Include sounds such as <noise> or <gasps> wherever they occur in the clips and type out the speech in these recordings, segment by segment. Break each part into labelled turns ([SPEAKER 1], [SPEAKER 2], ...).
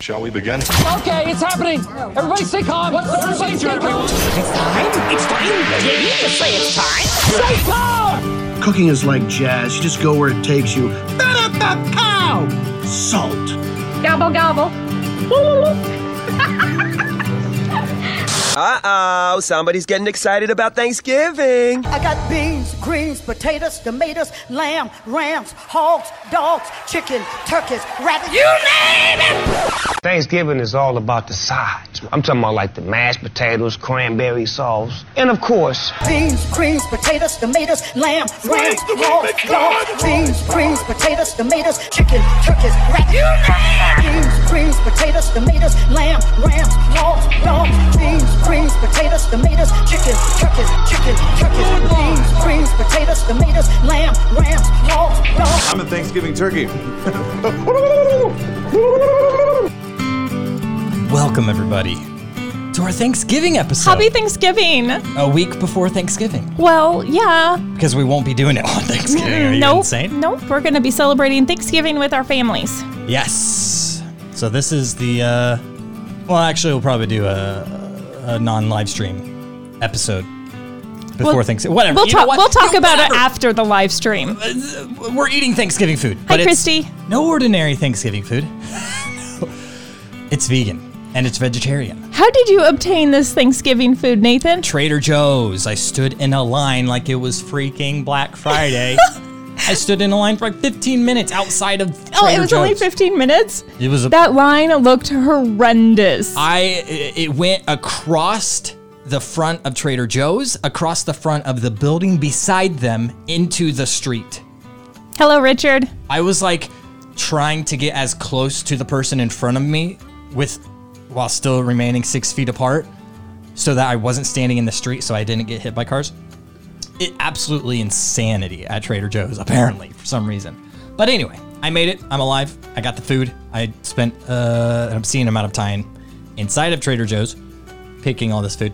[SPEAKER 1] Shall we begin?
[SPEAKER 2] Okay, it's happening. Everybody stay calm. What's the procedure, everyone?
[SPEAKER 3] It's time. It's time. Did you just say it's time?
[SPEAKER 2] Stay calm.
[SPEAKER 4] Cooking is like jazz. You just go where it takes you. Ba-da-ba-pow! Salt.
[SPEAKER 5] Gobble, gobble.
[SPEAKER 6] Uh oh, somebody's getting excited about Thanksgiving.
[SPEAKER 7] I got beans, greens, potatoes, tomatoes, lamb, rams, hogs, dogs, chicken, turkeys, rabbits. You name it!
[SPEAKER 8] Thanksgiving is all about the sides. I'm talking about like the mashed potatoes, cranberry sauce, and of course,
[SPEAKER 7] Beans, greens, potatoes, tomatoes, lamb, rams, hogs, dogs. Beans, greens, potatoes, tomatoes, chicken, turkeys, rabbits. You name it! Beans, greens, potatoes, tomatoes, lamb, rams, hogs, dogs. Beans, greens, potatoes, tomatoes, chicken, turkeys, chicken, turkeys. Beans, greens, potatoes, tomatoes, lamb, rams, hogs, dogs.
[SPEAKER 9] I'm a Thanksgiving turkey. <laughs>
[SPEAKER 10] Welcome, everybody, to our Thanksgiving episode.
[SPEAKER 11] Happy Thanksgiving.
[SPEAKER 10] a week before Thanksgiving,
[SPEAKER 11] Well, yeah.
[SPEAKER 10] because we won't be doing it on <laughs> Thanksgiving. Are you
[SPEAKER 11] nope.
[SPEAKER 10] insane?
[SPEAKER 11] Nope. We're going to be celebrating Thanksgiving with our families.
[SPEAKER 10] Yes. So this is the. Uh, well, actually, we'll probably do a, a non-live stream episode before
[SPEAKER 11] We'll-
[SPEAKER 10] Thanksgiving. Whatever.
[SPEAKER 11] We'll
[SPEAKER 10] You know
[SPEAKER 11] talk.
[SPEAKER 10] what?
[SPEAKER 11] We'll talk
[SPEAKER 10] No,
[SPEAKER 11] about it
[SPEAKER 10] whatever. uh,
[SPEAKER 11] after the live stream.
[SPEAKER 10] We're eating Thanksgiving food. But it's
[SPEAKER 11] Christy.
[SPEAKER 10] No ordinary Thanksgiving food. <laughs> it's vegan and it's vegetarian.
[SPEAKER 11] How did you obtain this Thanksgiving food, Nathan?
[SPEAKER 10] Trader Joe's. I stood in a line like it was freaking Black
[SPEAKER 11] <laughs>
[SPEAKER 10] Friday. I stood in a line for like 15 minutes outside of Trader
[SPEAKER 11] Oh, it was
[SPEAKER 10] Joe's.
[SPEAKER 11] only 15 minutes.
[SPEAKER 10] It was a-
[SPEAKER 11] that line looked horrendous.
[SPEAKER 10] I it went across the front of Trader Joe's, across the front of the building beside them into the street.
[SPEAKER 11] Hello, Richard.
[SPEAKER 10] I was like trying to get as close to the person in front of me with while still remaining six feet apart so that I wasn't standing in the street so I didn't get hit by cars. It absolutely insanity at Trader Joe's, apparently, for some reason. But anyway, I made it. I'm alive. I got the food. I spent uh, an obscene amount of time inside of Trader Joe's picking all this food.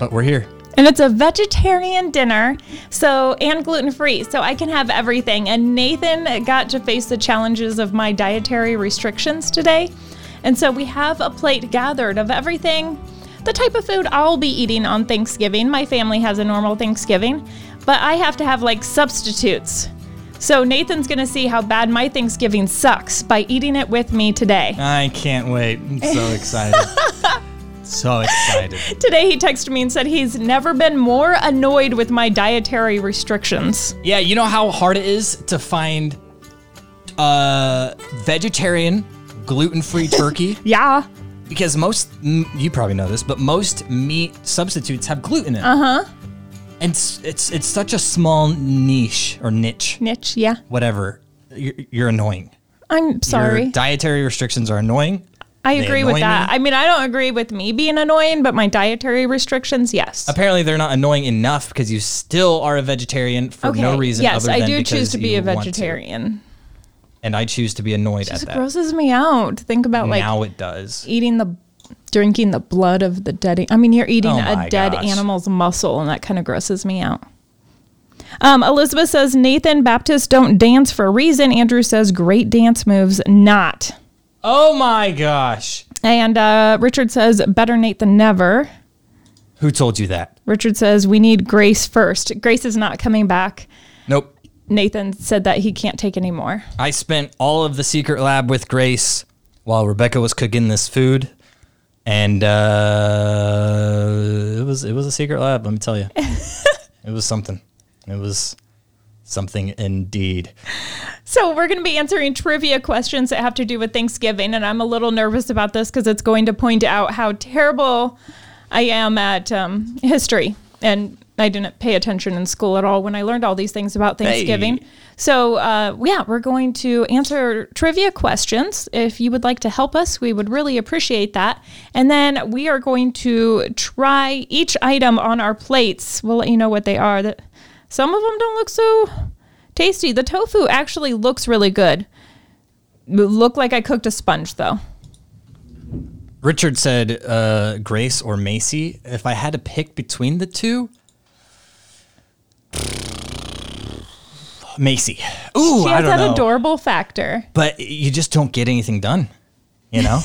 [SPEAKER 10] But we're here.
[SPEAKER 11] And it's a vegetarian dinner, so and gluten free, so I can have everything. And Nathan got to face the challenges of my dietary restrictions today. And so we have a plate gathered of everything the type of food I'll be eating on Thanksgiving. My family has a normal Thanksgiving, but I have to have like substitutes. So Nathan's gonna see how bad my Thanksgiving sucks by eating it with me today.
[SPEAKER 10] I can't wait. I'm so excited. so excited.
[SPEAKER 11] Today he texted me and said he's never been more annoyed with my dietary restrictions.
[SPEAKER 10] Yeah, you know how hard it is to find uh vegetarian
[SPEAKER 11] <laughs>
[SPEAKER 10] gluten-free turkey
[SPEAKER 11] Yeah.
[SPEAKER 10] because most m- you probably know this, but most meat substitutes have gluten in. Uh huh.
[SPEAKER 11] Uh-huh.
[SPEAKER 10] And it's, it's it's such a small niche or niche,
[SPEAKER 11] Niche, yeah.
[SPEAKER 10] whatever. You're, you're annoying.
[SPEAKER 11] I'm sorry.
[SPEAKER 10] Your dietary restrictions are annoying.
[SPEAKER 11] I
[SPEAKER 10] they
[SPEAKER 11] agree with
[SPEAKER 10] annoy
[SPEAKER 11] that.
[SPEAKER 10] me.
[SPEAKER 11] I mean, I don't agree with me being annoying, but my dietary restrictions, yes.
[SPEAKER 10] Apparently, they're not annoying enough because you still are a vegetarian for no reason.
[SPEAKER 11] Yes,
[SPEAKER 10] other
[SPEAKER 11] I
[SPEAKER 10] than
[SPEAKER 11] do
[SPEAKER 10] because
[SPEAKER 11] choose to be
[SPEAKER 10] you
[SPEAKER 11] a
[SPEAKER 10] want to.
[SPEAKER 11] vegetarian.
[SPEAKER 10] and I choose to be annoyed at
[SPEAKER 11] It
[SPEAKER 10] that.
[SPEAKER 11] grosses me out to think about like
[SPEAKER 10] now it does.
[SPEAKER 11] eating the, drinking the blood of the dead. I mean, you're eating
[SPEAKER 10] Oh
[SPEAKER 11] a
[SPEAKER 10] my
[SPEAKER 11] dead
[SPEAKER 10] gosh.
[SPEAKER 11] animal's muscle, and that kind of grosses me out. Um, Elizabeth says Nathan Baptist don't dance for a reason. Andrew says great dance moves, not.
[SPEAKER 10] Oh my gosh.
[SPEAKER 11] And uh, Richard says better Nate than never.
[SPEAKER 10] Who told you that?
[SPEAKER 11] Richard says we need Grace first. Grace is not coming back.
[SPEAKER 10] Nope.
[SPEAKER 11] Nathan said that he can't take any more.
[SPEAKER 10] I spent all of the secret lab with Grace while Rebecca was cooking this food. And uh, it was it was a secret lab, let me tell you. it was something. It was something indeed.
[SPEAKER 11] So we're going to be answering trivia questions that have to do with Thanksgiving, and I'm a little nervous about this because it's going to point out how terrible I am at um, history, and I didn't pay attention in school at all when I learned all these things about Thanksgiving. So uh, yeah, we're going to answer trivia questions. If you would like to help us, we would really appreciate that. And then we are going to try each item on our plates. We'll let you know what they are. That some of them don't look so tasty. The tofu actually looks really good. It Looked like I cooked a sponge though.
[SPEAKER 10] Richard said uh, Grace or Macy. If I had to pick between the two, Macy. Ooh,
[SPEAKER 11] she
[SPEAKER 10] I
[SPEAKER 11] has
[SPEAKER 10] don't
[SPEAKER 11] that
[SPEAKER 10] know.
[SPEAKER 11] adorable factor.
[SPEAKER 10] But you just don't get anything done. You know,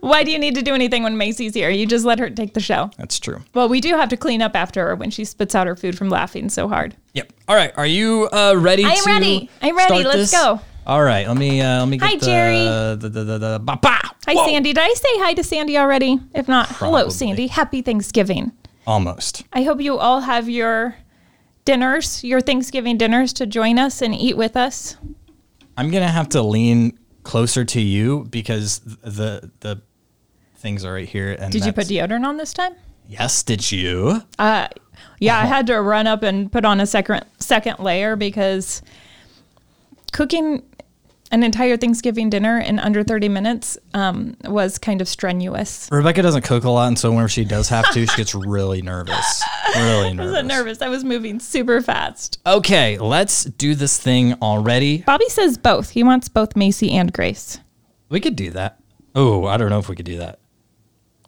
[SPEAKER 11] Why do you need to do anything when Macy's here? You just let her take the show.
[SPEAKER 10] that's true.
[SPEAKER 11] Well, we do have to clean up after her when she spits out her food from laughing so hard.
[SPEAKER 10] Yep. All right. Are you uh, ready?
[SPEAKER 11] I am
[SPEAKER 10] to
[SPEAKER 11] ready. I'm ready.
[SPEAKER 10] start
[SPEAKER 11] Let's
[SPEAKER 10] this?
[SPEAKER 11] go.
[SPEAKER 10] All right. Let me uh, let me get
[SPEAKER 11] Hi,
[SPEAKER 10] the,
[SPEAKER 11] Jerry.
[SPEAKER 10] the the the, the ba- ba-
[SPEAKER 11] Hi,
[SPEAKER 10] Whoa.
[SPEAKER 11] Sandy. Did I say hi to Sandy already? If not, hello,
[SPEAKER 10] Probably.
[SPEAKER 11] Sandy. Happy Thanksgiving.
[SPEAKER 10] Almost.
[SPEAKER 11] I hope you all have your dinners, your Thanksgiving dinners, to join us and eat with us.
[SPEAKER 10] I'm gonna have to lean closer to you because th- the the things are right here. And
[SPEAKER 11] Did you put
[SPEAKER 10] that's-
[SPEAKER 11] deodorant on this time?
[SPEAKER 10] Yes. Did you?
[SPEAKER 11] Yeah, I had to run up and put on a second second layer because cooking an entire Thanksgiving dinner in under 30 minutes um, was kind of strenuous.
[SPEAKER 10] Rebecca doesn't cook a lot, and so whenever she does have to, she gets really nervous.
[SPEAKER 11] <laughs>
[SPEAKER 10] Really nervous.
[SPEAKER 11] I was nervous. I was moving super fast.
[SPEAKER 10] Okay, let's do this thing already.
[SPEAKER 11] Bobby says both. He wants both Macy and Grace.
[SPEAKER 10] We could do that. Oh, I don't know if we could do that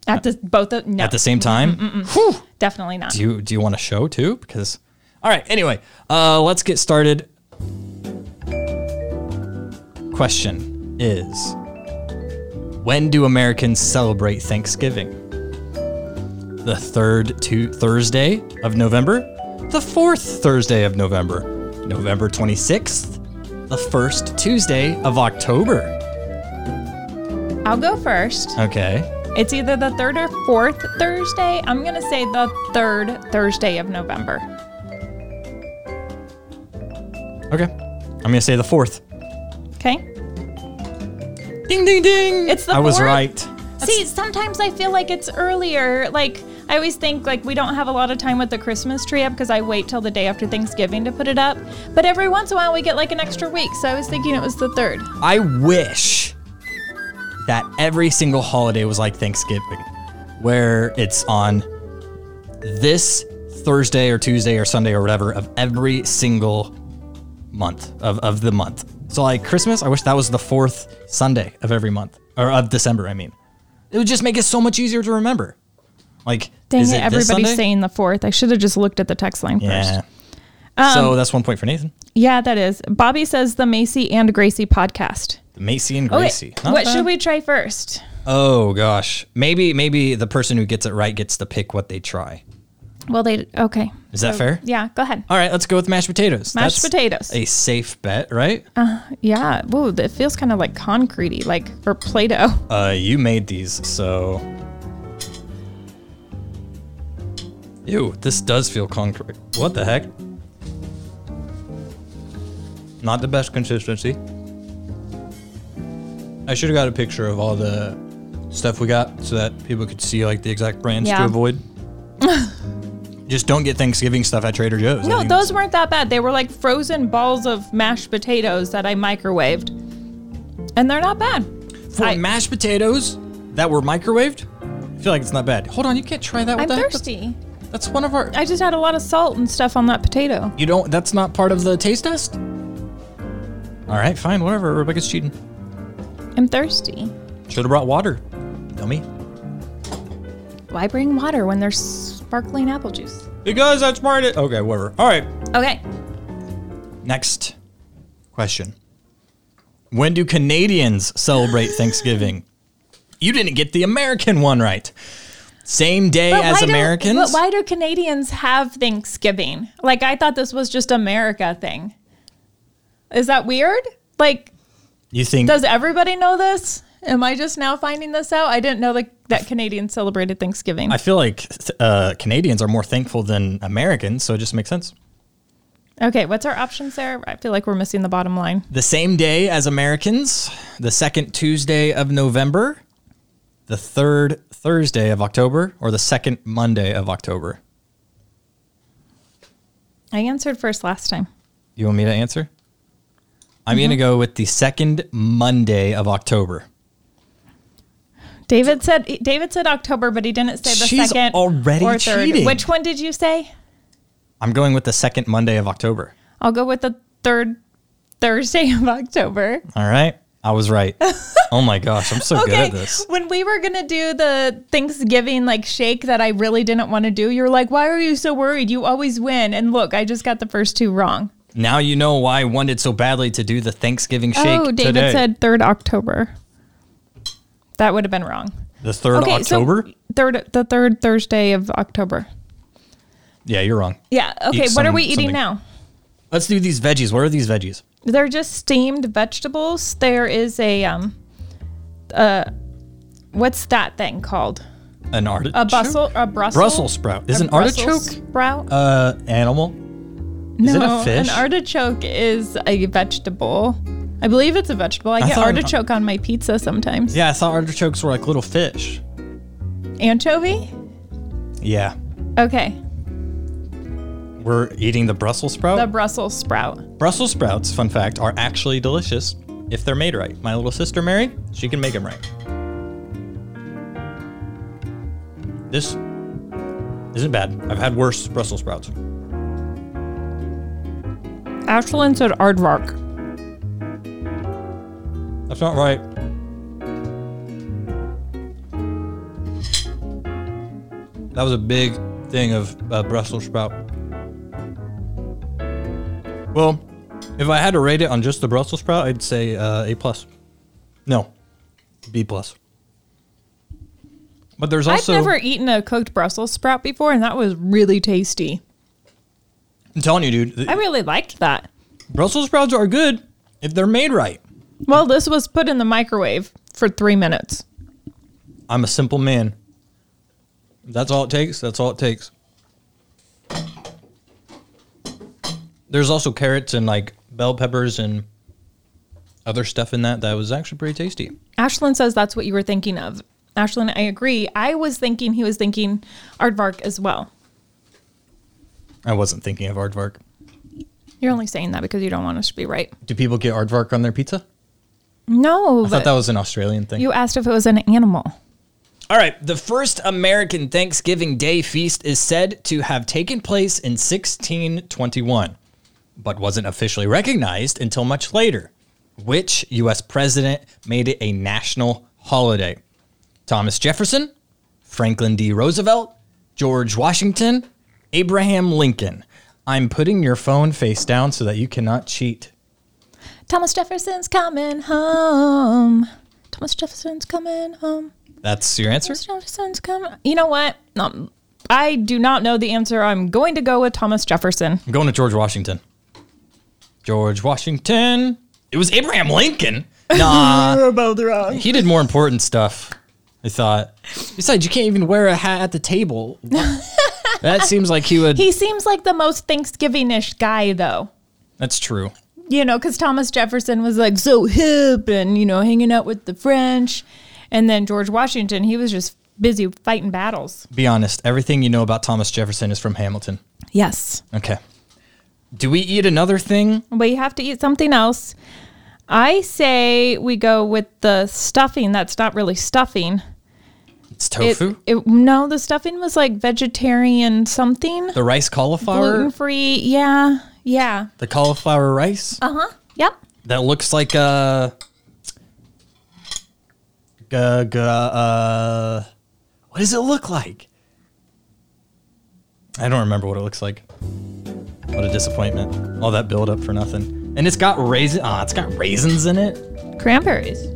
[SPEAKER 11] At the both of no,
[SPEAKER 10] at the same time. Whew.
[SPEAKER 11] definitely not.
[SPEAKER 10] Do you do you want a show too? Because all right. Anyway, uh, let's get started. Question is, when do Americans celebrate Thanksgiving? The third to Thursday of November, the fourth Thursday of November, November twenty sixth, the first Tuesday of October.
[SPEAKER 11] I'll go first.
[SPEAKER 10] Okay.
[SPEAKER 11] It's either the third or fourth Thursday. I'm gonna say the third Thursday of November.
[SPEAKER 10] Okay. I'm gonna say the fourth.
[SPEAKER 11] Okay.
[SPEAKER 10] Ding ding ding.
[SPEAKER 11] It's the
[SPEAKER 10] I was
[SPEAKER 11] fourth?
[SPEAKER 10] right.
[SPEAKER 11] See, sometimes I feel like it's earlier. Like I always think like we don't have a lot of time with the Christmas tree up because I wait till the day after Thanksgiving to put it up. But every once in a while we get like an extra week. So I was thinking it was the third.
[SPEAKER 10] I wish that every single holiday was like Thanksgiving, where it's on this Thursday or Tuesday or Sunday or whatever of every single month of, of the month. So, like Christmas, I wish that was the fourth Sunday of every month or of December, I mean. It would just make it so much easier to remember. Like,
[SPEAKER 11] Dang
[SPEAKER 10] is
[SPEAKER 11] it,
[SPEAKER 10] it this
[SPEAKER 11] everybody's
[SPEAKER 10] Sunday?
[SPEAKER 11] saying the fourth. I should have just looked at the text line
[SPEAKER 10] Yeah.
[SPEAKER 11] first. Um,
[SPEAKER 10] so that's one point for Nathan.
[SPEAKER 11] Yeah, that is. Bobby says the Macy and Gracie podcast.
[SPEAKER 10] Macy and
[SPEAKER 11] Okay,
[SPEAKER 10] Gracie. Not
[SPEAKER 11] Oh, what
[SPEAKER 10] bad.
[SPEAKER 11] should we try first?
[SPEAKER 10] Oh gosh, maybe maybe the person who gets it right gets to pick what they try.
[SPEAKER 11] Well, they okay.
[SPEAKER 10] Is that fair?
[SPEAKER 11] Oh. Yeah, go ahead.
[SPEAKER 10] All right, let's go with mashed potatoes.
[SPEAKER 11] Mashed potatoes.
[SPEAKER 10] A safe bet, right?
[SPEAKER 11] Yeah. Whoa, it feels kind of like concretey, like or Play-Doh.
[SPEAKER 10] Uh, you made these, so. Ew, this does feel concrete. What the heck? Not the best consistency. I should have got a picture of all the stuff we got so that people could see like the exact brands to
[SPEAKER 11] Yeah. <laughs>
[SPEAKER 10] avoid. Just don't get Thanksgiving stuff at Trader Joe's. I
[SPEAKER 11] No,
[SPEAKER 10] think
[SPEAKER 11] those weren't that bad. They were like frozen balls of mashed potatoes that I microwaved. And they're not bad.
[SPEAKER 10] For
[SPEAKER 11] I-
[SPEAKER 10] mashed potatoes that were microwaved? I feel like it's not bad. Hold on, you can't try that
[SPEAKER 11] I'm
[SPEAKER 10] with that.
[SPEAKER 11] thirsty.
[SPEAKER 10] That's, that's one of our
[SPEAKER 11] I just had a lot of salt and stuff on that potato.
[SPEAKER 10] You don't that's not part of the taste test? All right, fine, whatever. Rebecca's cheating.
[SPEAKER 11] I'm thirsty.
[SPEAKER 10] Should have brought water. Dummy.
[SPEAKER 11] Why bring water when there's sparkling apple juice?
[SPEAKER 10] Because that's part of it. Okay, whatever. All right.
[SPEAKER 11] Okay.
[SPEAKER 10] Next question. When do Canadians celebrate Thanksgiving? You didn't get the American one right. Same day as
[SPEAKER 11] why do-
[SPEAKER 10] Americans?
[SPEAKER 11] but why do Canadians have Thanksgiving? Like I thought this was just America thing. Is that weird? Like
[SPEAKER 10] you think
[SPEAKER 11] Does everybody know this? Am I just now finding this out? I didn't know that, that Canadians celebrated Thanksgiving.
[SPEAKER 10] I feel like th- uh, Canadians are more thankful than Americans, so it just makes sense.
[SPEAKER 11] okay, what's our options there? I feel like we're missing the bottom line.
[SPEAKER 10] The same day as Americans, the second Tuesday of November, the third Thursday of October, or the second Monday of October.
[SPEAKER 11] I answered first last time.
[SPEAKER 10] You want me to answer? I'm
[SPEAKER 11] Mm-hmm.
[SPEAKER 10] going to go with the second Monday of October.
[SPEAKER 11] David said David said October, but he didn't say the
[SPEAKER 10] She's
[SPEAKER 11] second
[SPEAKER 10] already
[SPEAKER 11] or third.
[SPEAKER 10] cheating.
[SPEAKER 11] Which one did you say?
[SPEAKER 10] I'm going with the second Monday of October.
[SPEAKER 11] I'll go with the third Thursday of October.
[SPEAKER 10] All right. I was
[SPEAKER 11] <laughs>
[SPEAKER 10] right. oh my gosh. I'm so good
[SPEAKER 11] Okay.
[SPEAKER 10] at this.
[SPEAKER 11] When we were gonna do the Thanksgiving like shake that I really didn't want to do, you're like, "Why are you so worried? You always win." And look, I just got the first two wrong.
[SPEAKER 10] Now you know why I wanted so badly to do the Thanksgiving shake.
[SPEAKER 11] Oh, David
[SPEAKER 10] today.
[SPEAKER 11] said third October. That would have been wrong.
[SPEAKER 10] The third
[SPEAKER 11] Okay, so-
[SPEAKER 10] October.
[SPEAKER 11] Third, the third Thursday of October.
[SPEAKER 10] yeah, you're wrong.
[SPEAKER 11] Yeah. Okay.
[SPEAKER 10] Eat
[SPEAKER 11] what
[SPEAKER 10] some-
[SPEAKER 11] are we eating
[SPEAKER 10] something.
[SPEAKER 11] now?
[SPEAKER 10] Let's do these veggies. What are these veggies?
[SPEAKER 11] They're just steamed vegetables. There is a um, uh, what's that thing called?
[SPEAKER 10] An artichoke.
[SPEAKER 11] A bustle? A Brussels?
[SPEAKER 10] Brussels sprout. Is
[SPEAKER 11] a
[SPEAKER 10] an
[SPEAKER 11] Brussels
[SPEAKER 10] artichoke
[SPEAKER 11] sprout?
[SPEAKER 10] uh animal?
[SPEAKER 11] no,
[SPEAKER 10] is it a fish?
[SPEAKER 11] an artichoke is a vegetable. I believe it's a vegetable. I, get
[SPEAKER 10] thought an-
[SPEAKER 11] artichoke on my pizza sometimes.
[SPEAKER 10] Yeah, I thought artichokes were like little fish.
[SPEAKER 11] Anchovy?
[SPEAKER 10] Yeah.
[SPEAKER 11] Okay.
[SPEAKER 10] We're eating the Brussels sprout.
[SPEAKER 11] The Brussels sprout.
[SPEAKER 10] Brussels sprouts, fun fact, are actually delicious if they're made right. My little sister Mary, she can make them right. This isn't bad. I've had worse Brussels sprouts.
[SPEAKER 11] Ashland said aardvark.
[SPEAKER 10] That's not right. That was a big thing of uh, Brussels sprout. Well, if I had to rate it on just the Brussels sprout, I'd say uh, A plus. No, B plus. But there's also
[SPEAKER 11] I've never eaten a cooked Brussels sprout before, and that was really tasty.
[SPEAKER 10] I'm telling you, dude, th-
[SPEAKER 11] I really liked that.
[SPEAKER 10] Brussels sprouts are good if they're made right.
[SPEAKER 11] Well, this was put in the microwave for three minutes.
[SPEAKER 10] I'm a simple man. That's all it takes. That's all it takes. There's also carrots and like bell peppers and other stuff in that that was actually pretty tasty.
[SPEAKER 11] Ashlyn says that's what you were thinking of. Ashlyn, I agree. I was thinking he was thinking aardvark as well.
[SPEAKER 10] I wasn't thinking of aardvark.
[SPEAKER 11] You're only saying that because you don't want us to be right.
[SPEAKER 10] Do people get aardvark on their pizza?
[SPEAKER 11] No,
[SPEAKER 10] I thought
[SPEAKER 11] but
[SPEAKER 10] that was an Australian thing.
[SPEAKER 11] you asked if it was an animal.
[SPEAKER 10] All right, the first American Thanksgiving Day feast is said to have taken place in 1621, but wasn't officially recognized until much later. Which U.S. president made it a national holiday? Thomas Jefferson, Franklin D. Roosevelt, George Washington, Abraham Lincoln. I'm putting your phone face down so that you cannot cheat.
[SPEAKER 11] Thomas Jefferson's coming home. Thomas Jefferson's coming home.
[SPEAKER 10] That's your answer?
[SPEAKER 11] Thomas Jefferson's coming. You know what? No, I do not know the answer. I'm going to go with Thomas Jefferson.
[SPEAKER 10] I'm going to George Washington. George Washington. It was Abraham Lincoln. Nah. We're both wrong. He did more important stuff, I thought. Besides, you can't even wear a hat at the
[SPEAKER 11] <laughs>
[SPEAKER 10] table. that seems like he would.
[SPEAKER 11] He seems like the most Thanksgiving-ish guy, though.
[SPEAKER 10] That's true.
[SPEAKER 11] you know, because Thomas Jefferson was like so hip and, you know, hanging out with the French. And then George Washington, he was just busy fighting battles.
[SPEAKER 10] Be honest. Everything you know about Thomas Jefferson is from Hamilton.
[SPEAKER 11] Yes.
[SPEAKER 10] Okay. Do we eat another thing?
[SPEAKER 11] We have to eat something else. I say we go with the stuffing that's not really stuffing.
[SPEAKER 10] It's
[SPEAKER 11] It,
[SPEAKER 10] tofu.
[SPEAKER 11] it- no, the stuffing was like vegetarian something.
[SPEAKER 10] the rice cauliflower.
[SPEAKER 11] Gluten free. Yeah. Yeah.
[SPEAKER 10] The cauliflower rice.
[SPEAKER 11] Uh huh. Yep.
[SPEAKER 10] that looks like a. G- g- uh, what does it look like? I don't remember what it looks like. What a disappointment! All that build up for nothing. And it's got raisin. Ah, it's got raisins in it.
[SPEAKER 11] Cranberries.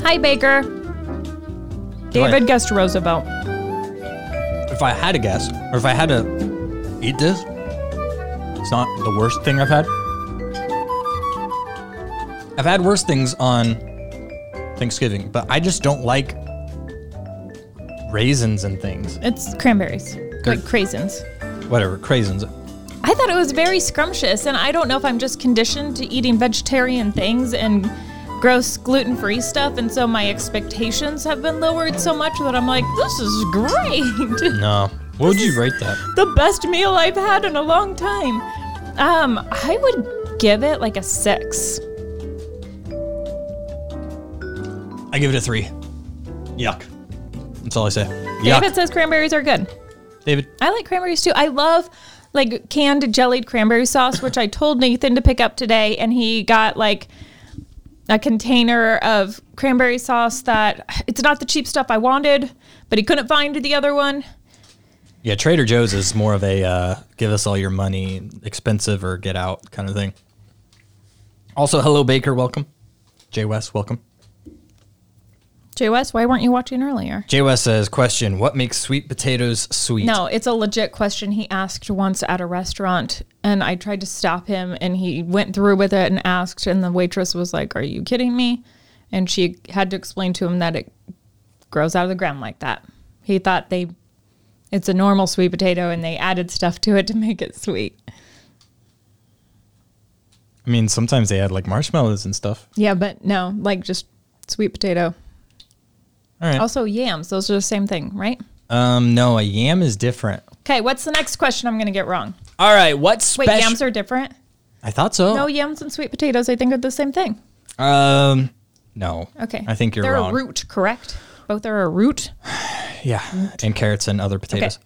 [SPEAKER 11] Hi, Baker. David guessed Roosevelt.
[SPEAKER 10] If I had to guess, or if I had to eat this, it's not the worst thing I've had. I've had worse things on Thanksgiving, but I just don't like raisins and things.
[SPEAKER 11] It's cranberries, like craisins.
[SPEAKER 10] whatever craisins.
[SPEAKER 11] I thought it was very scrumptious, and I don't know if I'm just conditioned to eating vegetarian things and gross gluten free stuff, and so my expectations have been lowered so much that I'm like, this is great.
[SPEAKER 10] No, what would you rate that?
[SPEAKER 11] the best meal I've had in a long time. Um, I would give it like a six.
[SPEAKER 10] I give it a three. Yuck. That's all I say. Yuck.
[SPEAKER 11] David says cranberries are good.
[SPEAKER 10] David.
[SPEAKER 11] I like cranberries too. I love like canned jellied cranberry sauce, which I told Nathan to pick up today, and he got like a container of cranberry sauce that it's not the cheap stuff I wanted, but he couldn't find the other one.
[SPEAKER 10] Yeah, Trader Joe's is more of a uh, give us all your money, expensive or get out kind of thing. Also, hello Baker, welcome. Jay West, welcome.
[SPEAKER 11] Jay West, why weren't you watching earlier?
[SPEAKER 10] Jay West says, question: What makes sweet potatoes sweet?
[SPEAKER 11] No, it's a legit question he asked once at a restaurant, and I tried to stop him, and he went through with it and asked, and the waitress was like, "Are you kidding me?" And she had to explain to him that it grows out of the ground like that. He thought they, it's a normal sweet potato, and they added stuff to it to make it sweet.
[SPEAKER 10] I mean sometimes they add like marshmallows and stuff.
[SPEAKER 11] Yeah, but no, like just sweet potato.
[SPEAKER 10] All right.
[SPEAKER 11] Also yams; those are the same thing, right?
[SPEAKER 10] Um, no, a yam is different.
[SPEAKER 11] Okay, what's the next question? I'm gonna get wrong.
[SPEAKER 3] All right, what's
[SPEAKER 11] Wait,
[SPEAKER 3] special?
[SPEAKER 11] yams are different.
[SPEAKER 10] I thought so.
[SPEAKER 11] No, yams and sweet potatoes, I think, are the same thing.
[SPEAKER 10] Um, no.
[SPEAKER 11] Okay.
[SPEAKER 10] I think you're
[SPEAKER 11] They're
[SPEAKER 10] wrong.
[SPEAKER 11] a root, correct? Both are
[SPEAKER 10] <laughs>
[SPEAKER 11] a root.
[SPEAKER 10] Yeah, and carrots and other potatoes.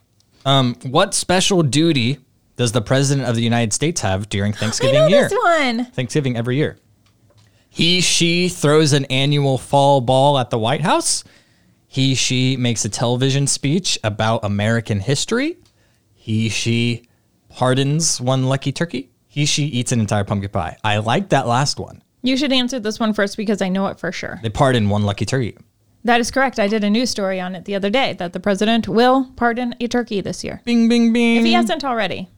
[SPEAKER 10] Um, what special duty does the president of the United States have during
[SPEAKER 11] <gasps> I
[SPEAKER 10] Thanksgiving
[SPEAKER 11] know
[SPEAKER 10] year?
[SPEAKER 11] this one.
[SPEAKER 10] Thanksgiving every year. He she throws an annual fall ball at the White House. He she makes a television speech about American history. He she pardons one lucky turkey. He she eats an entire pumpkin pie. I like that last one.
[SPEAKER 11] You should answer this one first because I know it for sure.
[SPEAKER 10] They pardon one lucky turkey.
[SPEAKER 11] That is correct. I did a news story on it the other day that the president will pardon a turkey this year.
[SPEAKER 10] Bing bing bing.
[SPEAKER 11] If he hasn't already.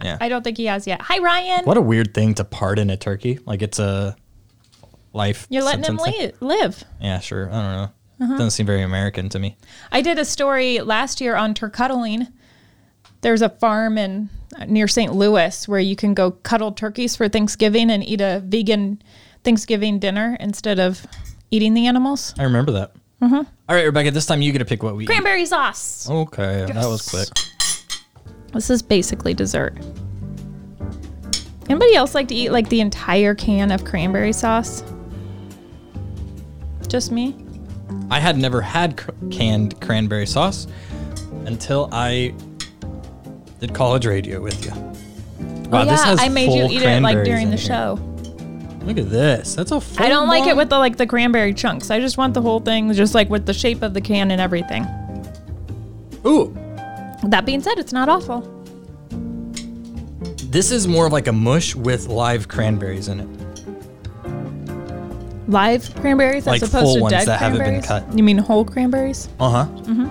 [SPEAKER 10] Mm. Yeah.
[SPEAKER 11] I don't think he has yet. Hi, Ryan.
[SPEAKER 10] What a weird thing to pardon a turkey. Like it's a life.
[SPEAKER 11] You're letting Uh-huh. him
[SPEAKER 10] sentence thing.
[SPEAKER 11] li- live.
[SPEAKER 10] Yeah, sure. I don't know. Doesn't seem very American to me.
[SPEAKER 11] I did a story last year on turcuddling. There's a farm in uh, near St. Louis where you can go cuddle turkeys for Thanksgiving and eat a vegan Thanksgiving dinner instead of eating the animals.
[SPEAKER 10] I remember that.
[SPEAKER 11] Mm-hmm.
[SPEAKER 10] All right, Rebecca. This time you get to pick what we eat.
[SPEAKER 11] Cranberry sauce.
[SPEAKER 10] Okay, that was quick.
[SPEAKER 11] This is basically dessert. Anybody else like to eat like the entire can of cranberry sauce? Just me?
[SPEAKER 10] I had never had cr- canned cranberry sauce until I did college radio with you. Wow,
[SPEAKER 11] Oh, yeah, I made you
[SPEAKER 10] full
[SPEAKER 11] eat it like
[SPEAKER 10] cranberries
[SPEAKER 11] during
[SPEAKER 10] in
[SPEAKER 11] the
[SPEAKER 10] here.
[SPEAKER 11] show.
[SPEAKER 10] Look at this. That's a full
[SPEAKER 11] I don't like it
[SPEAKER 10] blown-
[SPEAKER 11] with the like the cranberry chunks. I just want the whole thing, just like with the shape of the can and everything.
[SPEAKER 10] Ooh,
[SPEAKER 11] That being said, it's not awful.
[SPEAKER 10] this is more of like a mush with live cranberries in it.
[SPEAKER 11] Live cranberries
[SPEAKER 10] Like
[SPEAKER 11] as opposed
[SPEAKER 10] full
[SPEAKER 11] to
[SPEAKER 10] ones
[SPEAKER 11] dead
[SPEAKER 10] that haven't been
[SPEAKER 11] cranberries.
[SPEAKER 10] cut.
[SPEAKER 11] You mean whole cranberries?
[SPEAKER 10] Uh huh.
[SPEAKER 11] Mm-hmm.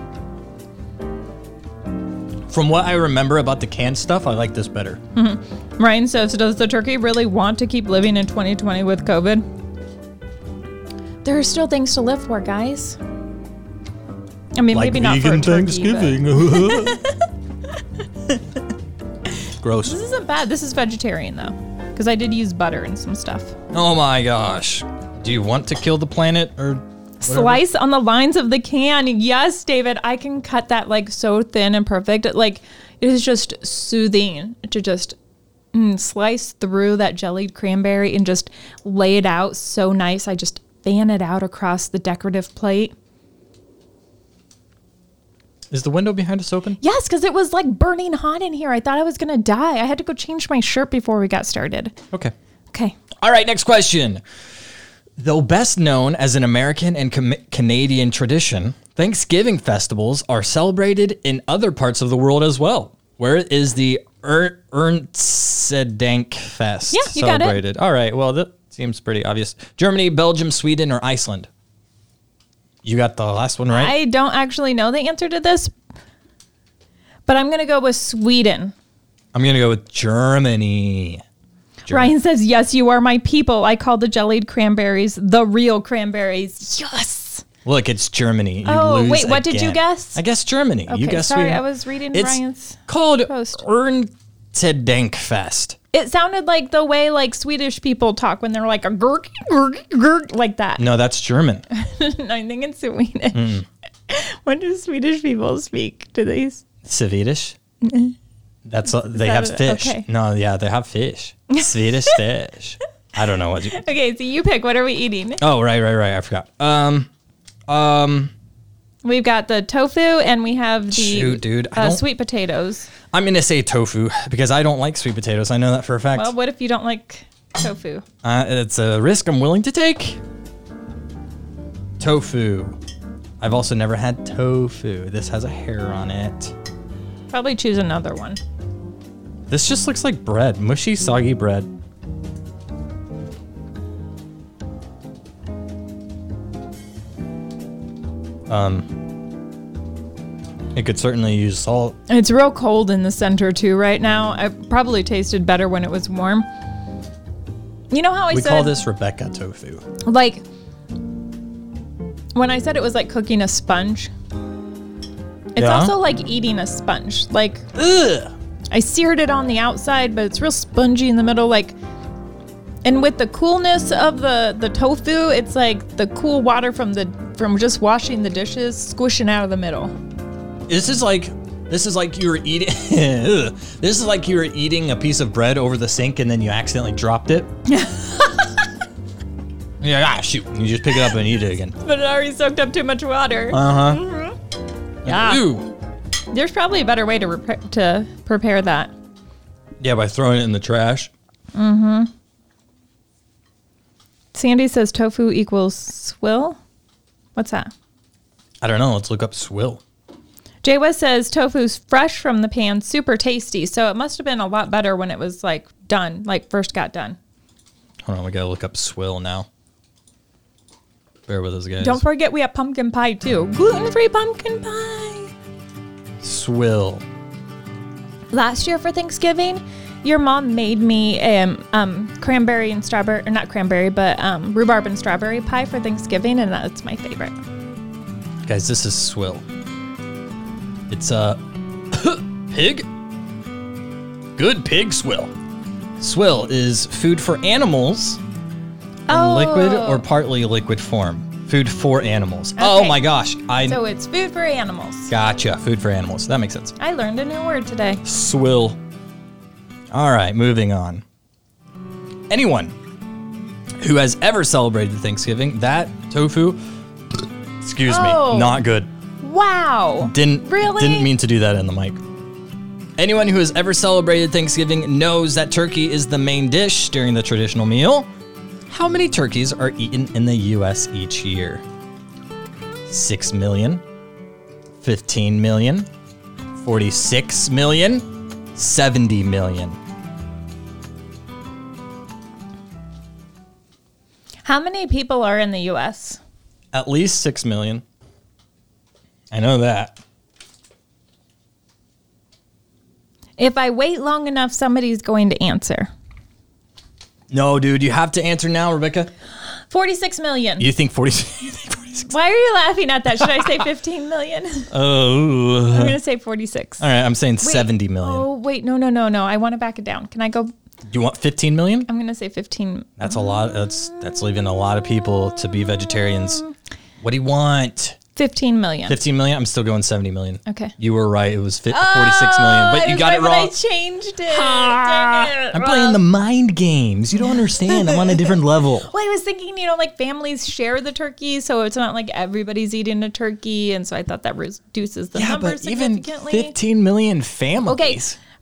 [SPEAKER 10] From what I remember about the canned stuff, I like this better.
[SPEAKER 11] Ryan says, "Does the turkey really want to keep living in 2020 with COVID?" There are still things to live for, guys. I mean, maybe not for a turkey, but- <laughs>
[SPEAKER 10] <laughs> Gross.
[SPEAKER 11] This isn't bad. This is vegetarian though, because I did use butter and some stuff.
[SPEAKER 10] Oh my gosh. Do you want to kill the planet or
[SPEAKER 11] slice on the lines of the can. Yes, David, I can cut that like so thin and perfect. Like it is just soothing to just mm, slice through that jellied cranberry and just lay it out so nice. I just fan it out across the decorative plate.
[SPEAKER 10] is the window behind us open?
[SPEAKER 11] Yes, because it was like burning hot in here. I thought I was gonna die. I had to go change my shirt before we got started.
[SPEAKER 10] Okay.
[SPEAKER 11] Okay.
[SPEAKER 10] All right, next question. Though best known as an American and com- Canadian tradition, Thanksgiving festivals are celebrated in other parts of the world as well. Where is the er- Ernstedank Fest
[SPEAKER 11] Yeah, you got it.
[SPEAKER 10] celebrated? All right, well, that seems pretty obvious. Germany, Belgium, Sweden, or Iceland? You got the last one right?
[SPEAKER 11] I don't actually know the answer to this, but I'm gonna go with Sweden.
[SPEAKER 10] I'm going to go with Germany. Germ-
[SPEAKER 11] Ryan says, Yes, you are my people. I call the jellied cranberries the real cranberries. Yes.
[SPEAKER 10] Look, it's Germany. You
[SPEAKER 11] Oh,
[SPEAKER 10] lose
[SPEAKER 11] wait, what did you
[SPEAKER 10] again.
[SPEAKER 11] guess?
[SPEAKER 10] I guess Germany. you
[SPEAKER 11] Okay,
[SPEAKER 10] guessed
[SPEAKER 11] sorry,
[SPEAKER 10] Sweden.
[SPEAKER 11] I was reading
[SPEAKER 10] it's
[SPEAKER 11] Ryan's
[SPEAKER 10] called
[SPEAKER 11] post.
[SPEAKER 10] Erntedankfest.
[SPEAKER 11] It sounded like the way like Swedish people talk when they're like a gurk, gurk, gurk, like that. <laughs>
[SPEAKER 10] No, that's German.
[SPEAKER 11] I think it's Swedish. <laughs> when do Swedish people speak to these?
[SPEAKER 10] Swedish. That's uh, they
[SPEAKER 11] that
[SPEAKER 10] have
[SPEAKER 11] it?
[SPEAKER 10] fish.
[SPEAKER 11] Okay.
[SPEAKER 10] No, yeah, they have
[SPEAKER 11] <laughs>
[SPEAKER 10] fish. Swedish fish. I don't know what. You,
[SPEAKER 11] Okay, so you pick. What are we eating?
[SPEAKER 10] oh, right, right, right. I forgot. Um, um.
[SPEAKER 11] We've got the tofu and we have the
[SPEAKER 10] Shoot, dude, I
[SPEAKER 11] uh,
[SPEAKER 10] don't-
[SPEAKER 11] sweet potatoes.
[SPEAKER 10] I'm gonna say tofu because I don't like sweet potatoes. I know that for a fact.
[SPEAKER 11] Well, what if you don't like tofu?
[SPEAKER 10] Uh, it's a risk I'm willing to take. Tofu. I've also never had tofu. This has a hair on it.
[SPEAKER 11] Probably choose another one.
[SPEAKER 10] This just looks like bread, mushy, soggy bread. Um, it could certainly use salt.
[SPEAKER 11] It's real cold in the center too right now. It probably tasted better when it was warm. You know how I
[SPEAKER 10] we
[SPEAKER 11] said
[SPEAKER 10] call this Rebecca tofu.
[SPEAKER 11] like when I said it was like cooking a sponge. It's
[SPEAKER 10] Yeah?
[SPEAKER 11] also like eating a sponge. Like
[SPEAKER 10] Ugh.
[SPEAKER 11] I seared it on the outside, but it's real spongy in the middle. Like, and with the coolness of the the tofu, it's like the cool water from the from just washing the dishes squishing out of the middle.
[SPEAKER 10] This is like this is like you were eating. <laughs> Ugh. this is like you were eating a piece of bread over the sink and then you accidentally dropped
[SPEAKER 11] <laughs>
[SPEAKER 10] it. yeah, ah, shoot! You just pick it up and eat it again.
[SPEAKER 11] But it already soaked up too much water. Mm-hmm. Ah.
[SPEAKER 10] Uh huh.
[SPEAKER 11] yeah,
[SPEAKER 10] Ew.
[SPEAKER 11] there's probably a better way to repa- to prepare that.
[SPEAKER 10] Yeah, by throwing it in the trash.
[SPEAKER 11] Sandy says tofu equals swill. What's that?
[SPEAKER 10] I don't know. Let's look up swill.
[SPEAKER 11] Jay West says tofu's fresh from the pan, super tasty. So it must have been a lot better when it was like done, like first got done.
[SPEAKER 10] Hold on, we gotta look up swill now. Bear with us, guys.
[SPEAKER 11] Don't forget we have pumpkin pie too.
[SPEAKER 10] Mm.
[SPEAKER 11] Gluten free pumpkin pie.
[SPEAKER 10] swill.
[SPEAKER 11] Last year for Thanksgiving, your mom made me um, um, cranberry and strawberry, or not cranberry, but um, rhubarb and strawberry pie for Thanksgiving, and that's my favorite.
[SPEAKER 10] Guys, this is swill. It's a <coughs> pig. Good pig swill. Swill is food for animals in liquid or partly liquid form. Food for animals. Oh
[SPEAKER 11] Oh. Okay.
[SPEAKER 10] my gosh. I
[SPEAKER 11] So it's food for animals.
[SPEAKER 10] gotcha. Food for animals. That makes sense.
[SPEAKER 11] I learned a new word today.
[SPEAKER 10] Swill. All right, moving on. Anyone who has ever celebrated Thanksgiving, that tofu, excuse
[SPEAKER 11] Oh.
[SPEAKER 10] me, not good.
[SPEAKER 11] Wow.
[SPEAKER 10] Didn't
[SPEAKER 11] Really?
[SPEAKER 10] didn't mean to do that in the mic. Anyone who has ever celebrated Thanksgiving knows that turkey is the main dish during the traditional meal. How many turkeys are eaten in the US each year? 6 million, 15 million, 46 million, 70 million.
[SPEAKER 11] How many people are in the U.S.?
[SPEAKER 10] At least 6 million. I know that.
[SPEAKER 11] If I wait long enough, somebody's going to answer.
[SPEAKER 10] No, dude, you have to answer now, Rebecca.
[SPEAKER 11] 46
[SPEAKER 10] <laughs>
[SPEAKER 11] million.
[SPEAKER 10] You think 46?
[SPEAKER 11] Why are you laughing at that? Should I say 15 million? <laughs>
[SPEAKER 10] oh.
[SPEAKER 11] I'm going to say 46.
[SPEAKER 10] All right, I'm saying
[SPEAKER 11] Wait.
[SPEAKER 10] 70 uh, million.
[SPEAKER 11] Oh, wait. No, no, no, no. I want to back it down. Can I go?
[SPEAKER 10] You want 15 million?
[SPEAKER 11] I'm going to say 15.
[SPEAKER 10] That's a lot. That's that's leaving a lot of people to be vegetarians. What do you want?
[SPEAKER 11] 15 million.
[SPEAKER 10] 15 million? I'm still going 70 million.
[SPEAKER 11] Okay. Oh,
[SPEAKER 10] You were right. It was fi- 46 million, but you
[SPEAKER 11] It's
[SPEAKER 10] got
[SPEAKER 11] like
[SPEAKER 10] it
[SPEAKER 11] when
[SPEAKER 10] wrong.
[SPEAKER 11] I changed it. Dang it.
[SPEAKER 10] I'm playing the mind games. You don't understand. I'm on a different level.
[SPEAKER 11] Well, I was thinking, you know, like families share the turkey, so it's not like everybody's eating a turkey. And so I thought that reduces <laughs> the
[SPEAKER 10] Yeah,
[SPEAKER 11] number
[SPEAKER 10] but even
[SPEAKER 11] significantly.
[SPEAKER 10] 15 million families.
[SPEAKER 11] Okay.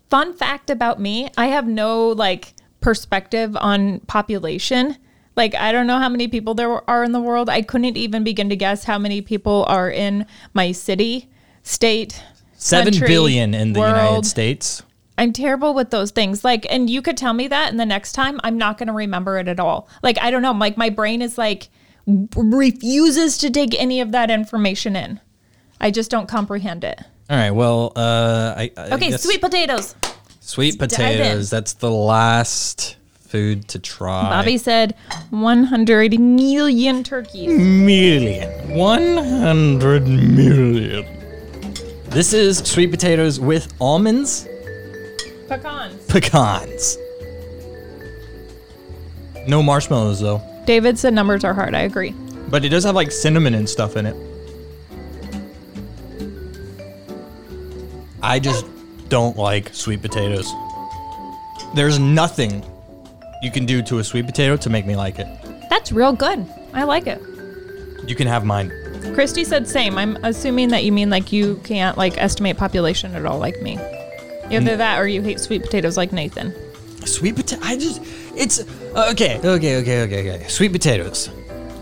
[SPEAKER 11] Fun fact about me, I have no like perspective on population. Like I don't know how many people there are in the world. I couldn't even begin to guess how many people are in my city, state.
[SPEAKER 10] 7
[SPEAKER 11] country,
[SPEAKER 10] billion in the United
[SPEAKER 11] world.
[SPEAKER 10] States.
[SPEAKER 11] I'm terrible with those things. Like and you could tell me that and the next time I'm not going to remember it at all. Like I don't know, like my brain is like w- refuses to dig any of that information in. I just don't comprehend it.
[SPEAKER 10] All right. Well, uh, I, I
[SPEAKER 11] Okay,
[SPEAKER 10] guess
[SPEAKER 11] sweet potatoes.
[SPEAKER 10] sweet
[SPEAKER 11] dive in.
[SPEAKER 10] potatoes. That's the last food to try.
[SPEAKER 11] Bobby said 100 million turkeys.
[SPEAKER 10] Mm. million. 100 million. This is sweet potatoes with almonds,
[SPEAKER 11] Pecans.
[SPEAKER 10] pecans. No marshmallows though,
[SPEAKER 11] David said numbers are hard. I agree.
[SPEAKER 10] but it does have like cinnamon and stuff in it. I just don't like sweet potatoes. There's nothing you can do to a sweet potato to make me like it.
[SPEAKER 11] That's real good. I like it.
[SPEAKER 10] You can have mine.
[SPEAKER 11] Christy said same. I'm assuming that you mean like you can't like estimate population at all like me. Either that or you hate sweet potatoes like Nathan.
[SPEAKER 10] Sweet potato. I just. It's uh, okay. Okay. Okay. Okay. Okay. Sweet potatoes.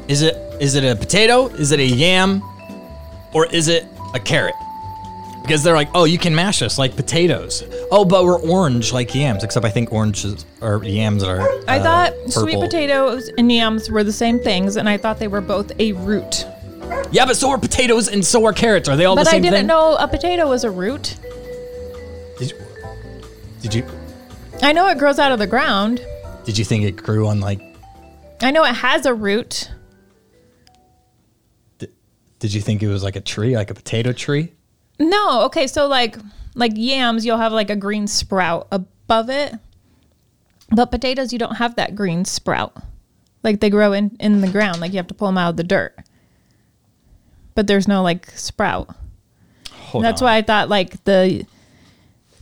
[SPEAKER 10] Is it? Is it a potato? Is it a yam? Or is it a carrot? because they're like, oh, you can mash us like potatoes. Oh, but we're orange like yams. Except I think oranges or yams are.
[SPEAKER 11] I
[SPEAKER 10] uh,
[SPEAKER 11] thought sweet
[SPEAKER 10] purple.
[SPEAKER 11] potatoes and yams were the same things, and I thought they were both a root.
[SPEAKER 10] Yeah, but so are potatoes and so are carrots. Are they all
[SPEAKER 11] But
[SPEAKER 10] the
[SPEAKER 11] I
[SPEAKER 10] same
[SPEAKER 11] didn't
[SPEAKER 10] thing?
[SPEAKER 11] know a potato was a root.
[SPEAKER 10] Did you, did you
[SPEAKER 11] I know it grows out of the ground.
[SPEAKER 10] did you think it grew on like?
[SPEAKER 11] I know it has a root.
[SPEAKER 10] Did you think it was like a tree, like a potato tree?
[SPEAKER 11] No, okay, so like like yams, you'll have like a green sprout above it. But potatoes, you don't have that green sprout. Like they grow in in the ground, like you have to pull them out of the dirt. But there's no like sprout.
[SPEAKER 10] Hold
[SPEAKER 11] That's
[SPEAKER 10] on.
[SPEAKER 11] why I thought like the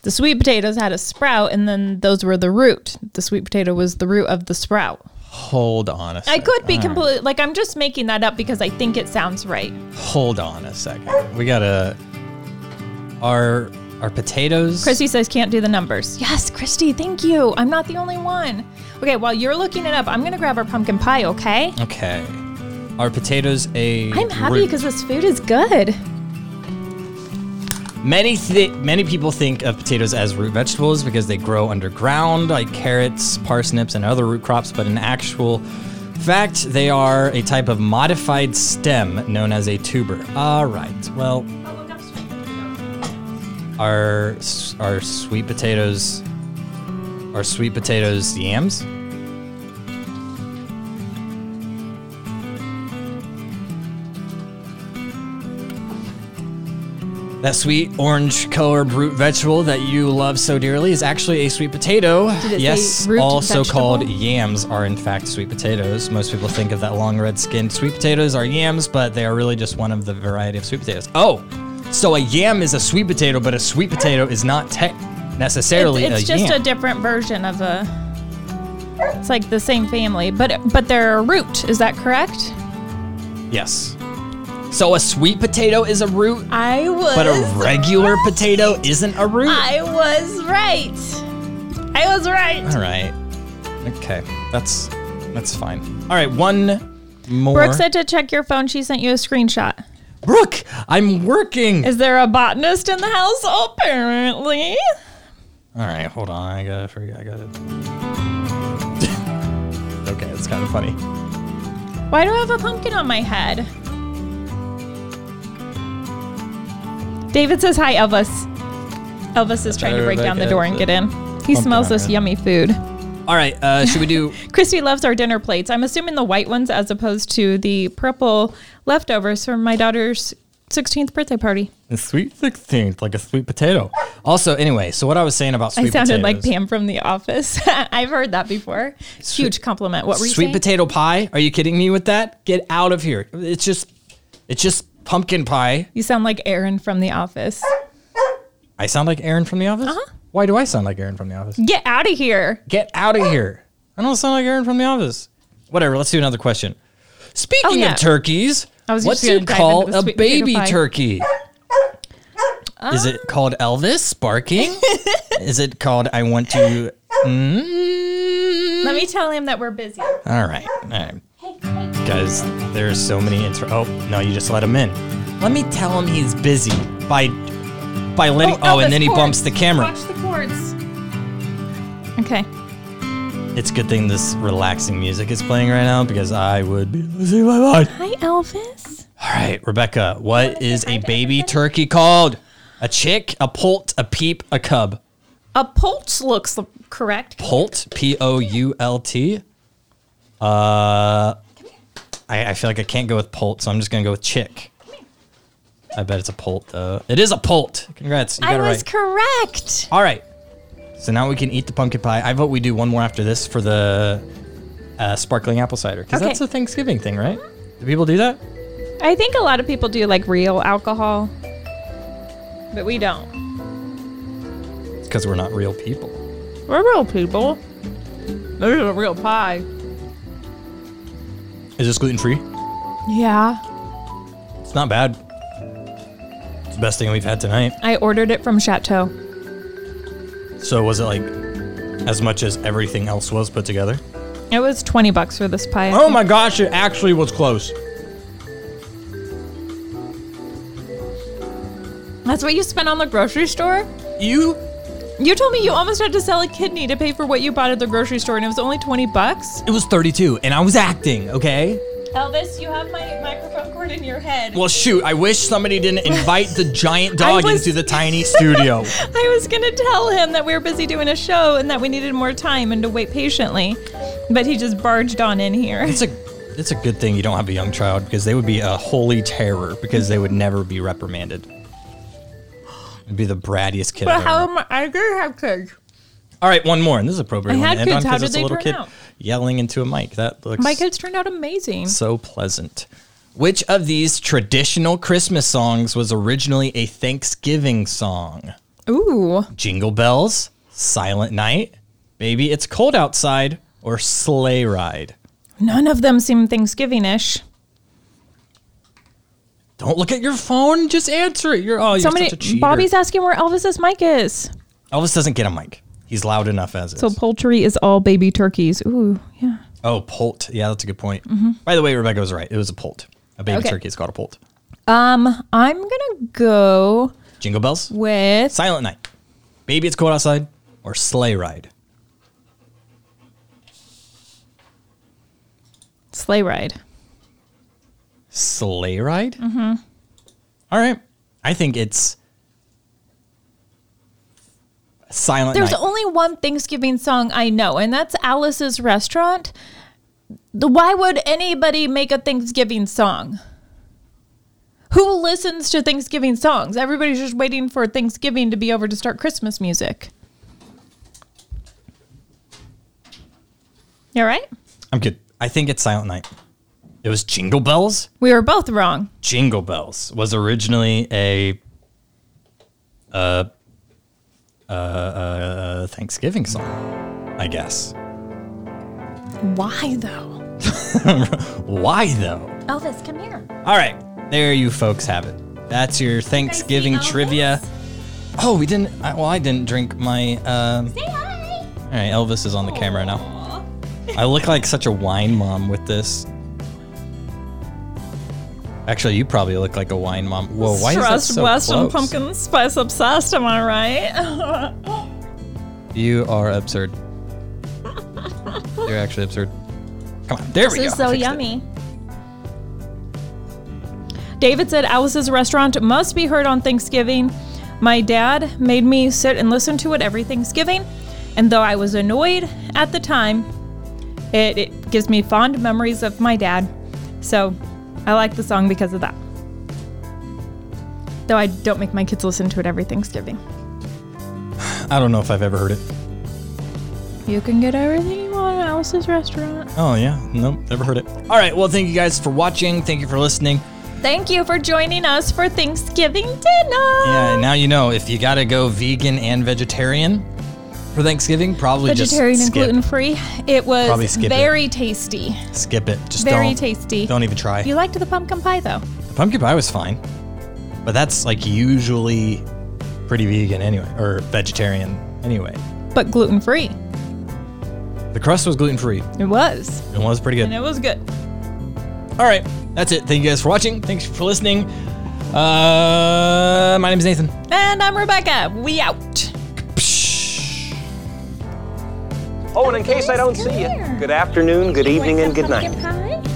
[SPEAKER 11] the sweet potatoes had a sprout and then those were the root. The sweet potato was the root of the sprout.
[SPEAKER 10] Hold on a
[SPEAKER 11] I
[SPEAKER 10] second.
[SPEAKER 11] could be
[SPEAKER 10] All right.
[SPEAKER 11] completely like I'm just making that up because I think it sounds right.
[SPEAKER 10] Hold on a second. We gotta. Are are potatoes?
[SPEAKER 11] Christy says can't do the numbers. Yes, Christy, thank you. I'm not the only one. Okay, while you're looking it up, I'm gonna grab our pumpkin pie, okay?
[SPEAKER 10] Okay. Are potatoes a?
[SPEAKER 11] I'm happy
[SPEAKER 10] root?
[SPEAKER 11] because this food is good.
[SPEAKER 10] Many th- many people think of potatoes as root vegetables because they grow underground, like carrots, parsnips, and other root crops. But in actual fact, they are a type of modified stem known as a tuber. All right. Well, are s- are sweet potatoes are sweet potatoes yams? That sweet orange colored root vegetable that you love so dearly is actually a sweet potato.
[SPEAKER 11] it say
[SPEAKER 10] yes,
[SPEAKER 11] root
[SPEAKER 10] also
[SPEAKER 11] vegetable?
[SPEAKER 10] called yams are in fact sweet potatoes. Most people think of that long red skinned sweet potatoes are yams, but they are really just one of the variety of sweet potatoes. Oh, so a yam is a sweet potato, but a sweet potato is not te- necessarily
[SPEAKER 11] it's
[SPEAKER 10] a
[SPEAKER 11] it's just
[SPEAKER 10] yam.
[SPEAKER 11] a different version of a. It's like the same family, but but they're a root. Is that correct?
[SPEAKER 10] yes. So a sweet potato is a root,
[SPEAKER 11] I was.
[SPEAKER 10] but a regular potato isn't a root.
[SPEAKER 11] I was right. I was right.
[SPEAKER 10] All right. Okay. That's that's fine. All right, one more.
[SPEAKER 11] Brooke said to check your phone. She sent you a screenshot.
[SPEAKER 10] Brooke, I'm working.
[SPEAKER 11] Is there a botanist in the house? Apparently.
[SPEAKER 10] All right, hold on. I gotta forget. I gotta. <laughs> okay, it's kind of funny.
[SPEAKER 11] Why do I have a pumpkin on my head? David says hi, Elvis. Elvis is
[SPEAKER 10] Oh,
[SPEAKER 11] trying to break down the door and get in. He smells
[SPEAKER 10] on
[SPEAKER 11] this
[SPEAKER 10] her.
[SPEAKER 11] yummy food.
[SPEAKER 10] All right, uh, should we
[SPEAKER 11] <laughs>
[SPEAKER 10] do?
[SPEAKER 11] Christy loves our dinner plates. I'm assuming the white ones as opposed to the purple leftovers from my daughter's 16th birthday party.
[SPEAKER 10] A sweet 16th, like a sweet potato. Also, anyway, so what I was saying about sweet
[SPEAKER 11] I sounded like
[SPEAKER 10] potatoes.
[SPEAKER 11] Pam from The Office. <laughs> I've heard that before. Huge compliment. What were you
[SPEAKER 10] Sweet
[SPEAKER 11] saying?
[SPEAKER 10] potato pie? Are you kidding me with that? Get out of here. It's just, it's just pumpkin pie.
[SPEAKER 11] You sound like Aaron from The Office.
[SPEAKER 10] I sound like Aaron from The Office?
[SPEAKER 11] Uh-huh.
[SPEAKER 10] Why do I sound like Aaron from The Office?
[SPEAKER 11] Get out of here.
[SPEAKER 10] Get out of here. I don't sound like Aaron from The Office. Whatever, let's do another question. Speaking
[SPEAKER 11] Oh, yeah.
[SPEAKER 10] of turkeys,
[SPEAKER 11] I was
[SPEAKER 10] what
[SPEAKER 11] just
[SPEAKER 10] do you
[SPEAKER 11] gonna dive
[SPEAKER 10] call
[SPEAKER 11] into the
[SPEAKER 10] a
[SPEAKER 11] sweet potato
[SPEAKER 10] baby
[SPEAKER 11] pie. Uh.
[SPEAKER 10] turkey? Is it called Elvis
[SPEAKER 11] <laughs>
[SPEAKER 10] barking? Is it called I want to? Mm.
[SPEAKER 11] Let me tell him that we're busy.
[SPEAKER 10] All right, all right, guys. There's so many intro. Oh no, you just let him in. Let me tell him he's busy by by letting. Oh,
[SPEAKER 11] Elvis,
[SPEAKER 10] and then he
[SPEAKER 11] cords.
[SPEAKER 10] bumps the camera.
[SPEAKER 11] Watch the cords. Okay.
[SPEAKER 10] It's a good thing this relaxing music is playing right now because I would be losing my mind.
[SPEAKER 11] Hi, Elvis.
[SPEAKER 10] All right, Rebecca, what is a baby turkey called? A chick, a poult, a peep, a cub.
[SPEAKER 11] A pulch looks l- correct.
[SPEAKER 10] Poult, P O U L T. Uh, I, I feel like I can't go with poult, so I'm just gonna go with chick. I bet it's a poult though. It is a poult. Congrats, you got
[SPEAKER 11] I
[SPEAKER 10] it
[SPEAKER 11] was
[SPEAKER 10] right.
[SPEAKER 11] correct.
[SPEAKER 10] All right, so now we can eat the pumpkin pie. I vote we do one more after this for the uh, sparkling apple cider because
[SPEAKER 11] Okay.
[SPEAKER 10] that's a Thanksgiving thing, right? Do people do that?
[SPEAKER 11] I think a lot of people do like real alcohol, but we don't.
[SPEAKER 10] It's because we're not real people.
[SPEAKER 11] We're real people. This is a real pie.
[SPEAKER 10] Is this gluten free?
[SPEAKER 11] Yeah.
[SPEAKER 10] It's not bad. It's the best thing we've had tonight.
[SPEAKER 11] I ordered it from Chateau.
[SPEAKER 10] So was it like as much as everything else was put together?
[SPEAKER 11] It was 20 bucks for this pie.
[SPEAKER 10] Oh my gosh, it actually was close.
[SPEAKER 11] That's That's what you spent on the grocery store?
[SPEAKER 10] You
[SPEAKER 11] You told me you almost had to sell a kidney to pay for what you bought at the grocery store, and it was only 20 bucks.
[SPEAKER 10] it was 32 and I was acting, okay?
[SPEAKER 11] Elvis, you have my microphone cord in your head.
[SPEAKER 10] Well shoot, I wish somebody didn't invite the giant dog
[SPEAKER 11] was-
[SPEAKER 10] into the tiny studio.
[SPEAKER 11] <laughs> I was going to tell him that we were busy doing a show and that we needed more time and to wait patiently, but he just barged on in here.
[SPEAKER 10] <laughs>
[SPEAKER 11] <laughs>
[SPEAKER 10] It's a it's a good thing you don't have a young child because they would be a holy terror because they would never be reprimanded. It'd be the brattiest kid. I've ever met.
[SPEAKER 11] am I going to have kids?
[SPEAKER 10] All right, one more, and this is appropriate.
[SPEAKER 11] I
[SPEAKER 10] one
[SPEAKER 11] had
[SPEAKER 10] to end on
[SPEAKER 11] kids. How
[SPEAKER 10] 'cause
[SPEAKER 11] did
[SPEAKER 10] it's
[SPEAKER 11] they
[SPEAKER 10] a little
[SPEAKER 11] turn
[SPEAKER 10] kid
[SPEAKER 11] out?
[SPEAKER 10] yelling into a mic. That looks
[SPEAKER 11] My kids turned out amazing.
[SPEAKER 10] so pleasant. Which of these traditional Christmas songs was originally a Thanksgiving song?
[SPEAKER 11] Ooh.
[SPEAKER 10] Jingle Bells, Silent Night, Baby It's Cold Outside, or Sleigh Ride?
[SPEAKER 11] None of them seem Thanksgiving ish.
[SPEAKER 10] Oh, Don't look at your phone. Just answer it. You're oh, you're
[SPEAKER 11] Somebody,
[SPEAKER 10] such a cheater.
[SPEAKER 11] Bobby's asking where Elvis's mic is.
[SPEAKER 10] Elvis doesn't get a mic. He's loud enough as
[SPEAKER 11] So
[SPEAKER 10] is.
[SPEAKER 11] poultry is all baby turkeys. Ooh, yeah.
[SPEAKER 10] oh, poult. Yeah, that's a good point. By the way, Rebecca was right. It was a poult. A baby
[SPEAKER 11] Mm-hmm. Okay.
[SPEAKER 10] turkey is called a poult.
[SPEAKER 11] I'm gonna go
[SPEAKER 10] Jingle bells,
[SPEAKER 11] with
[SPEAKER 10] silent night, baby it's cold outside, or sleigh ride.
[SPEAKER 11] sleigh ride.
[SPEAKER 10] Sleigh ride. Mm-hmm. right. I think it's silent
[SPEAKER 11] There's
[SPEAKER 10] night.
[SPEAKER 11] only one Thanksgiving song I know, and that's Alice's Restaurant. The, why would anybody make a Thanksgiving song? Who listens to Thanksgiving songs? Everybody's just waiting for Thanksgiving to be over to start Christmas music. You all right?
[SPEAKER 10] I'm good. I think it's silent night. It was jingle bells.
[SPEAKER 11] We were both wrong.
[SPEAKER 10] Jingle Bells was originally a uh, uh, uh, Thanksgiving song, I guess.
[SPEAKER 11] Why though?
[SPEAKER 10] Why though?
[SPEAKER 11] Elvis, come here.
[SPEAKER 10] All right, there you folks have it. That's your Thanksgiving
[SPEAKER 11] Elvis?
[SPEAKER 10] trivia. Oh, we didn't. I, well, I didn't drink my. Um,
[SPEAKER 11] Say hi.
[SPEAKER 10] all right, Elvis is on the camera now. I look like such a wine mom with this. Actually, you probably look like a wine mom. Whoa, why is that so
[SPEAKER 11] West and
[SPEAKER 10] close?
[SPEAKER 11] pumpkin spice obsessed, am I right?
[SPEAKER 10] You are absurd. You're actually absurd. Come on, there we go.
[SPEAKER 11] This is
[SPEAKER 10] I
[SPEAKER 11] so
[SPEAKER 10] fixed it.
[SPEAKER 11] yummy. David said Alice's restaurant must be heard on Thanksgiving. My dad made me sit and listen to it every Thanksgiving, and though I was annoyed at the time, it, it gives me fond memories of my dad. So I like the song because of that. Though I don't make my kids listen to it every Thanksgiving.
[SPEAKER 10] I don't know if I've ever heard it.
[SPEAKER 11] You can get everything you want at Alice's restaurant.
[SPEAKER 10] Oh yeah, nope, never heard it. All right, well, thank you guys for watching. Thank you for listening.
[SPEAKER 11] Thank you for joining us for Thanksgiving dinner.
[SPEAKER 10] Yeah, and now you know if you gotta go vegan and vegetarian for Thanksgiving, probably
[SPEAKER 11] vegetarian
[SPEAKER 10] just
[SPEAKER 11] and
[SPEAKER 10] skip,
[SPEAKER 11] gluten free. It
[SPEAKER 10] Probably
[SPEAKER 11] was
[SPEAKER 10] skip it.
[SPEAKER 11] very tasty.
[SPEAKER 10] skip it. Just
[SPEAKER 11] Very
[SPEAKER 10] don't,
[SPEAKER 11] tasty.
[SPEAKER 10] Don't even try.
[SPEAKER 11] You liked the pumpkin pie though.
[SPEAKER 10] The pumpkin pie was fine, but that's like usually pretty vegan anyway, or vegetarian anyway.
[SPEAKER 11] But gluten free.
[SPEAKER 10] The crust was gluten free.
[SPEAKER 11] It was.
[SPEAKER 10] It was pretty good.
[SPEAKER 11] And it was good.
[SPEAKER 10] All right, that's it. Thank you guys for watching. Thanks for listening. Uh, my name is Nathan.
[SPEAKER 11] And I'm Rebecca. We out.
[SPEAKER 3] Oh, and in case I don't see you, good afternoon, good evening, and good night.
[SPEAKER 11] Pie?